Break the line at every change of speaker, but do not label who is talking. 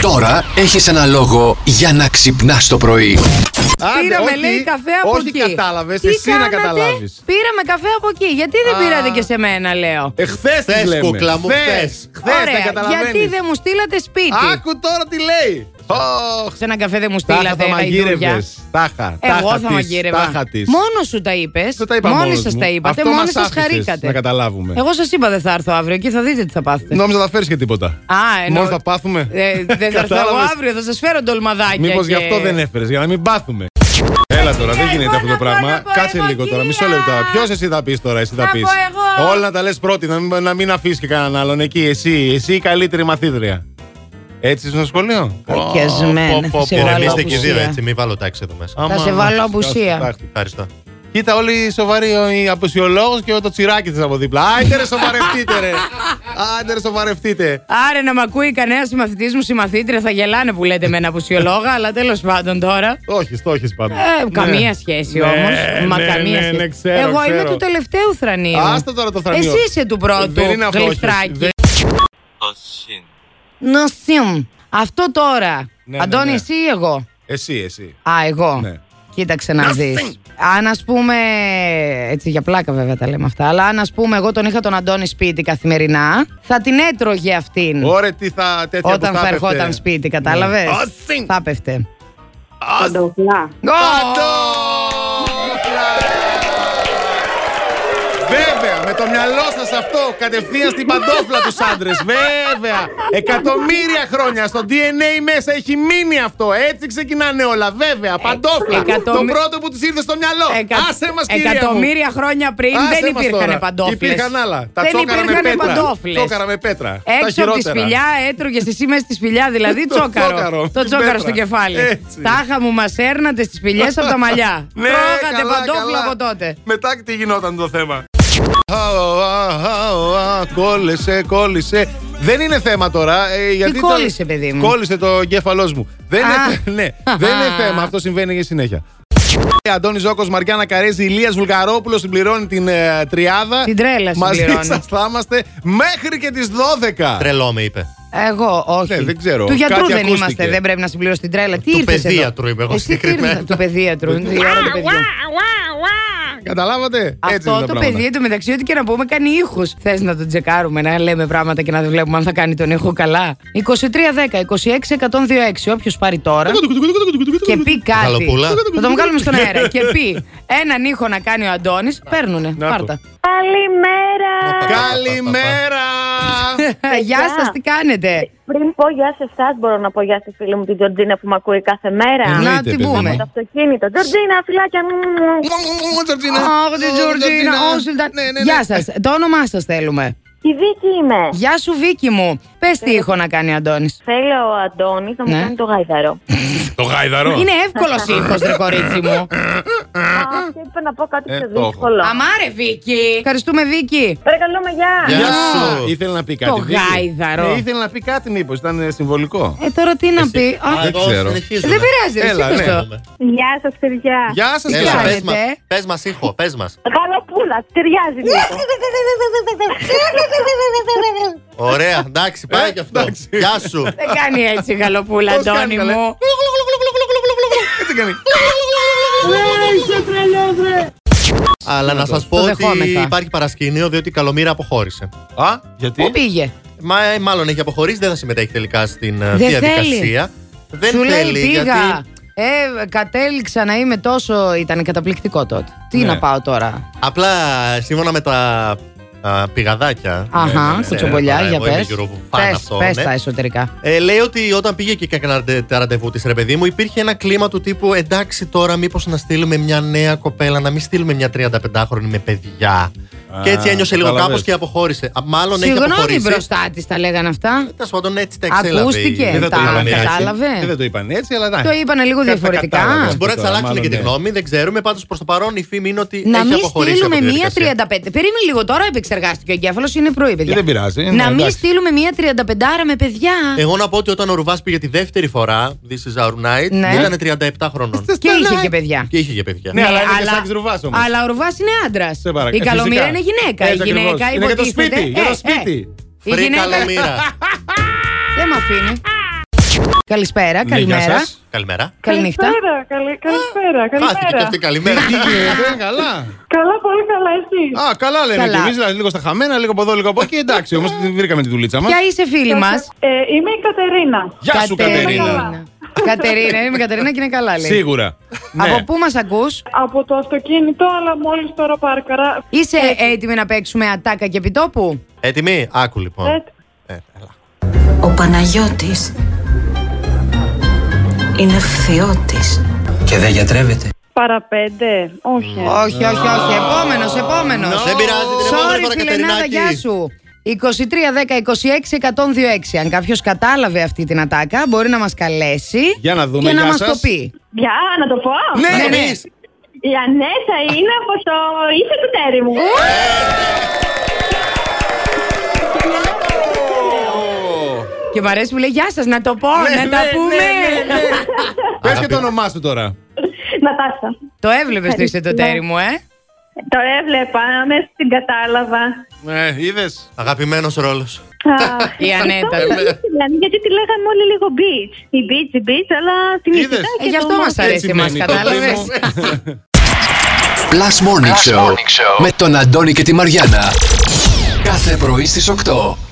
Τώρα έχεις ένα λόγο για να ξυπνάς το πρωί.
Πήραμε, λέει, καφέ από
όχι
εκεί.
κατάλαβες,
Τι
εσύ να
κάνατε?
καταλάβεις.
Πήραμε καφέ από εκεί. Γιατί δεν
Α.
πήρατε και σε μένα, λέω.
Εχθέ
Χθες,
τη λέμε.
κούκλα μου, χθες.
Χθες δεν καταλαβαίνει.
γιατί δεν μου στείλατε σπίτι.
Άκου τώρα τι λέει. Ωχ,
Σε ένα καφέ δεν μου
Τάχα
στείλατε
θα μαγείρευε.
γαϊδούρια.
Τάχα.
Εγώ
τάχα
θα
της,
μαγείρευα.
Τάχα της.
Μόνος σου τα είπες.
Το τα είπα
Μόνοι
μόνος
σας
μου.
τα είπατε.
Αυτό
Μόνοι
μας
σας
άφησες
χαρήκατε.
να καταλάβουμε.
Εγώ σας είπα δεν θα έρθω αύριο και θα δείτε τι θα πάθετε.
Νόμιζα θα φέρεις και τίποτα.
Α, εννοώ-
Μόνο θα πάθουμε.
Ε, δεν θα έρθω εγώ
Κατάλαβες.
αύριο, θα σας φέρω ντολμαδάκια.
Μήπως
Ε, και-
γι' αυτό δεν έφερες, για να μην πάθουμε. Έλα τώρα, δεν
εγώ
γίνεται αυτό
να
το
πω, να
πράγμα.
πω
Κάτσε
εγώ,
λίγο τώρα, μισό
κύρια.
λεπτό. Ποιος εσύ θα πεις τώρα, εσύ θα
Να
πεις.
πω εγώ.
Όλα να τα λες πρώτη, να μην, να μην αφήσεις και κανέναν άλλον εκεί. Εσύ, εσύ η καλύτερη μαθήτρια. Έτσι είσαι στο σχολείο.
Κακιασμένα,
Πω,
θα
πω,
σε
πω.
βάλω
Ηρεμήστε και οι δύο
απουσία.
έτσι, μην βάλω τάξη εδώ μέσα.
Άμα-
σε βάλω
άμα-
απουσία.
εντάξει.
Ευχαριστώ.
Κοίτα, όλοι οι σοβαροί, ο- οι απουσιολόγος και το τσιράκι της από δίπλα. Άντε ρε, σοβαρευτείτε, ρε. Άντε ρε, σοβαρευτείτε.
Άρα να μ' ακούει κανένας συμμαθητής μου, συμμαθήτρια, θα γελάνε που λέτε με ένα απουσιολόγα, αλλά τέλος πάντων τώρα.
Το έχεις, το έχεις πάντα.
Ε, καμία σχέση
Ναι,
όμως.
ναι,
Μα
ναι,
καμία
ναι,
σχέση.
ναι, ξέρω,
Εγώ είμαι
ξέρω.
του τελευταίου θρανίου.
Άστα τώρα το θρανίο.
Εσύ είσαι του πρώτου.
Δεν είναι αυτό, όχι.
γλυφτράκι.
Δεν-
Το συν.
Νοσίμ. Αυτό τώρα.
Ναι, ναι,
Αντώνη,
ναι.
εσύ ή εγώ.
Εσύ, εσύ.
Α, εγώ.
Ναι.
Κοίταξε να δεις. Αν ας πούμε. Έτσι για πλάκα βέβαια τα λέμε αυτά. Αλλά αν ας πούμε, εγώ τον είχα τον Αντώνη σπίτι καθημερινά, θα την έτρωγε αυτήν.
Ωραία, τι θα τέτοια
Mm. Όταν
που
θα
έπεφτε.
ερχόταν σπίτι, κατάλαβε.
Ναι. Όσιν.
Θα πέφτε.
Παντοφλά.
Πάντο! Βέβαια, με το μυαλό σας αυτό, κατευθείαν στην παντόφλα τους άντρες. Βέβαια! Εκατομμύρια χρόνια στο DNA μέσα έχει μείνει αυτό. Έτσι ξεκινάνε όλα. Βέβαια, παντόφλα.
εκατομμ-
Το πρώτο που τους ήρθε στο μυαλό. Άσε μας, κυρία. μου.
Εκατομμύρια χρόνια πριν
Άσε
δεν
μας
υπήρχαν
τώρα.
παντόφλες.
Υπήρχαν άλλα. Τα
δεν
τσόκαρα με
υπήρχαν
πέτρα.
παντόφλες.
Τσόκαρα με πέτρα. τα
Έξω από τη
χειρότερα.
σπηλιά έτρωγες εσύ μέσα στη σπηλιά, δηλαδή
Το
τσόκαρο.
τσόκαρο,
το
την
τσόκαρο
πέτρα.
στο κεφάλι.
Έτσι.
Τάχα μου, μας έρνατε στις σπηλιές από τα μαλλιά.
Ναι,
Τρώγατε
καλά, καλά.
παντόφλα από τότε.
Μετά τι γινόταν το θέμα. Αω, αω, αω, αω, Κόλλησε, κόλλησε. Δεν είναι θέμα τώρα. ε, γιατί το-
κόλλησε, παιδί μου?
Κόλλησε το εγκέφαλός μου. Δεν
Α.
είναι, ναι, δεν είναι θέμα. Αυτό συμβαίνει και συνέχεια. Ε, Αντώνης Ζώκος, Μαριάννα Καρέζη, Ηλίας Βουλγαρόπουλος συμπληρώνει την ε, τριάδα.
Την τρέλα
Μαζί
συμπληρώνει.
σας θα είμαστε μέχρι και τις 12.
Τρελό με είπε.
Εγώ, όχι.
Ναι, δεν ξέρω.
Του γιατρού
Κάτι
δεν
ακούστηκε.
είμαστε. Δεν πρέπει να συμπληρώσει την τρέλα. Τι
Του
ήρθες εδώ?
παιδίατρου είμαι εγώ
Εσύ τι
συγκεκριμένα.
ήρθες- Του παιδίατρου. είναι η ώρα του παιδιού.
Καταλάβατε. Έτσι είναι
Αυτό
τα
το
πράγματα.
παιδί του μεταξύ, ό,τι και να πούμε, κάνει ήχου. Θες να τον τσεκάρουμε, να λέμε πράγματα και να δεν βλέπουμε αν θα κάνει τον ήχο καλά. 2310-26-126. Όποιος πάρει τώρα και πει κάτι.
Γαλοπούλα.
Θα τον βγάλουμε στον αέρα. και πει έναν ήχο να κάνει ο Αντώνης, παίρνουνε.
Να το.
Πάρτα.
Καλημέρα.
Καλημέρα!
Γεια σας, τι κάνετε.
Πριν πω γεια σε εσάς, μπορώ να πω γεια στη φίλη μου την Τζορτζίνα που με ακούει κάθε μέρα.
Εννοείται,
Να την
παιδί
πούμε.
μου.
Το αυτοκίνητο. Τζορτζίνα, φιλάκια. μου.
Ναι. Τζορτζίνα.
Αχ, την Τζορτζίνα,
Τζορτζίνα.
όσο ήταν.
Ναι, ναι, ναι.
Γεια σας. Το όνομά σας θέλουμε.
Η Βίκη είμαι.
Γεια σου, Βίκη μου. Πες τι ήχο να κάνει ο Αντώνης.
Θέλω ο Αντώνης να μου
Ναι.
κάνει το γάιδαρο.
Το γάιδαρο.
Είναι εύκολος ήχος, ρε κορίτσι μου.
Α, και είπα να πω κάτι
Ε,
πιο
το έχω.
δύσκολο.
Αμάρε, Βίκη. Ευχαριστούμε, Βίκη.
Παρακαλώ με γεια.
Γεια.
Γεια
σου.
σου. Ήθελε να πει κάτι.
Το
Βίκυ.
γάιδαρο.
Ναι, ήθελε να πει κάτι, μήπως ήταν ε, συμβολικό.
Ε, τώρα τι να πει. Α,
Α, εδώ
ξέρω.
συνεχίζουμε.
δεν πειράζει, ρε,
Έλα,
σήκωσε
ναι.
το.
Γεια σας, παιδιά.
Γεια σας,
Έλα,
γεια
πες
κάνετε?
μας, πες μας ήχο, πες μας.
Γαλοπούλα, ταιριάζει λίγο.
Ωραία, εντάξει, πάει
Ε,
και αυτό.
εντάξει.
Γεια σου.
Δεν κάνει έτσι η γαλοπούλα,
Πώς κάνει,
Αντώνη
καλέ?
μου.
Έτσι κάνει.
Αλλά να σας
Το
πω ότι
δεχόμεθα.
υπάρχει παρασκήνιο διότι η Καλομήρα αποχώρησε.
Α, γιατί.
Πού πήγε.
Μα, ε, μάλλον έχει αποχωρήσει, δεν θα συμμετέχει τελικά στην ε,
Δεν
διαδικασία. Δεν
Σου λέει
θέλει,
πήγα.
γιατί
Ε, κατέληξα να είμαι τόσο. Ήταν καταπληκτικό τότε. Τι
Ναι.
να πάω τώρα.
απλά ε, σύμφωνα με τα α, πηγαδάκια.
Αχα,
ναι, ναι,
κουτσομπολιά,
ναι,
για
εγώ είμαι
πες.
Eurovfan
Πες,
αυτό,
πες
ναι.
τα εσωτερικά.
Ε, λέει ότι όταν πήγε και έκανε ραντε- τα ραντεβού της, ρε παιδί μου, υπήρχε ένα κλίμα του τύπου Εντάξει, τώρα μήπως να στείλουμε μια νέα κοπέλα, να μην στείλουμε μια 35χρονη με παιδιά.
Α,
και έτσι ένιωσε λίγο
κατάλαβες.
κάπως και αποχώρησε. Α, μάλλον έχει
Συγγνώμη
αποχωρήσει.
μπροστά της τα λέγανε αυτά.
Τέλος πάντων, έτσι τα εξέλαβε.
Ακούστηκε.
η-
Ε,
Δεν
τα
το είπαν έτσι.
κατάλαβε.
Ε, Δεν το είπαν έτσι, αλλά εντάξει.
Το είπανε λίγο
Κα- τα
διαφορετικά.
κατάλαβες
Μπορεί να τη
τώρα,
αλλάξουν και
μάλλον,
τη
ναι.
γνώμη, δεν ξέρουμε. Πάντως προς το παρόν η φήμη είναι ότι
Να
έχει
μην
αποχωρήσει. από
στείλουμε
τη
μία 35.
διαδικασία.
Περίμενε λίγο τώρα, επεξεργάστηκε ο εγκέφαλος, είναι πρωί, παιδιά.
Ε, δεν πειράζει, ναι,
Να μην
εντάξει.
στείλουμε μία 35 με παιδιά.
Εγώ να πω ότι όταν ο Ρουβάς πήγε τη δεύτερη φορά, This is our night,
Ναι.
ήταν 37 χρονών.
Και είχε και παιδιά.
και είχε και παιδιά.
Ναι, αλλά είναι και Σάκης Ρουβάς όμως.
Αλλά ο Ρουβάς είναι άντρας.
Σε παρακαλώ.
Η
Ε,
Καλομήρα
φυσικά.
είναι γυναίκα.
Έτσι
η
ακριβώς.
γυναίκα
Είναι για το
υποτίθεται-
σπίτι, για το
Ε,
σπίτι.
ε, η
Φρή
γυναίκα
καλομήρα.
δεν με αφήνει. Καλησπέρα,
Ναι,
καλημέρα.
γεια σας.
Καλημέρα.
Καληνύχτα.
Καλησπέρα, καλη, καλησπέρα,
Χάθηκε και αυτή
καλημέρα.
καλημέρα.
Τι γίνεται, καλά.
Καλά, πολύ καλά, εσύ.
Α, καλά λέμε
Καλά.
κι εμείς, δηλαδή λίγο στα χαμένα, λίγο από εδώ, λίγο από εκεί. Εντάξει, όμως βρήκαμε τη δουλίτσα μας.
Ποια είσαι φίλη μα.
Ε, είμαι η Κατερίνα.
Γεια σου, Κατερίνα.
Κατερίνα, είμαι η Κατερίνα και είναι καλά, λέει.
Σίγουρα. Ναι.
Από πού μας ακούς,
Από το αυτοκίνητο, αλλά μόλις τώρα πάρκαρα.
είσαι έτοιμη να παίξουμε ατάκα και επιτόπου.
Έτοιμοι, άκου λοιπόν.
Ε,
Ε, έλα.
Ο Παναγιώτης είναι φθιώτης.
Και δεν γιατρεύεται.
Παραπέντε, όχι.
Ε.
όχι, όχι, όχι. Επόμενος, επόμενος.
Δεν πειράζει, την επόμενη φορά,
Sorry, φιλενάδα,
Κατερινάκη.
γεια σου. 23-10-26-126. Αν κάποιος κατάλαβε αυτή την ατάκα, μπορεί να μας καλέσει
Για να δούμε,
και να
γεια
μας
σας.
το πει.
Πια, να το πω.
Ναι,
Ναι, ναι.
εμείς.
Η Ανέσα είναι από το είσαι του τέρι μου.
Και μου αρέσει που λέει Γεια σας, να το πω,
Ναι,
να τα πούμε.
Πες και το όνομά σου τώρα.
Νατάσα.
Το έβλεπες το είσαι το τέρι μου, ε.
Το έβλεπα, μέσα την κατάλαβα.
Ναι, είδες.
Αγαπημένος ρόλος.
Αχ,
Η Ανέτα.
Δηλαδή, γιατί τη λέγαμε όλοι λίγο beach. Η beach, η beach, αλλά την
Είδες.
ηχητά
Ε,
και
γι'
το
αυτό μας
μάτι.
αρέσει εμά,
μένει το
κατάλαβες.
τέρι μου.
Plus Morning, Show, με τον Αντώνη και τη Μαριάνα. Κάθε πρωί στις 8.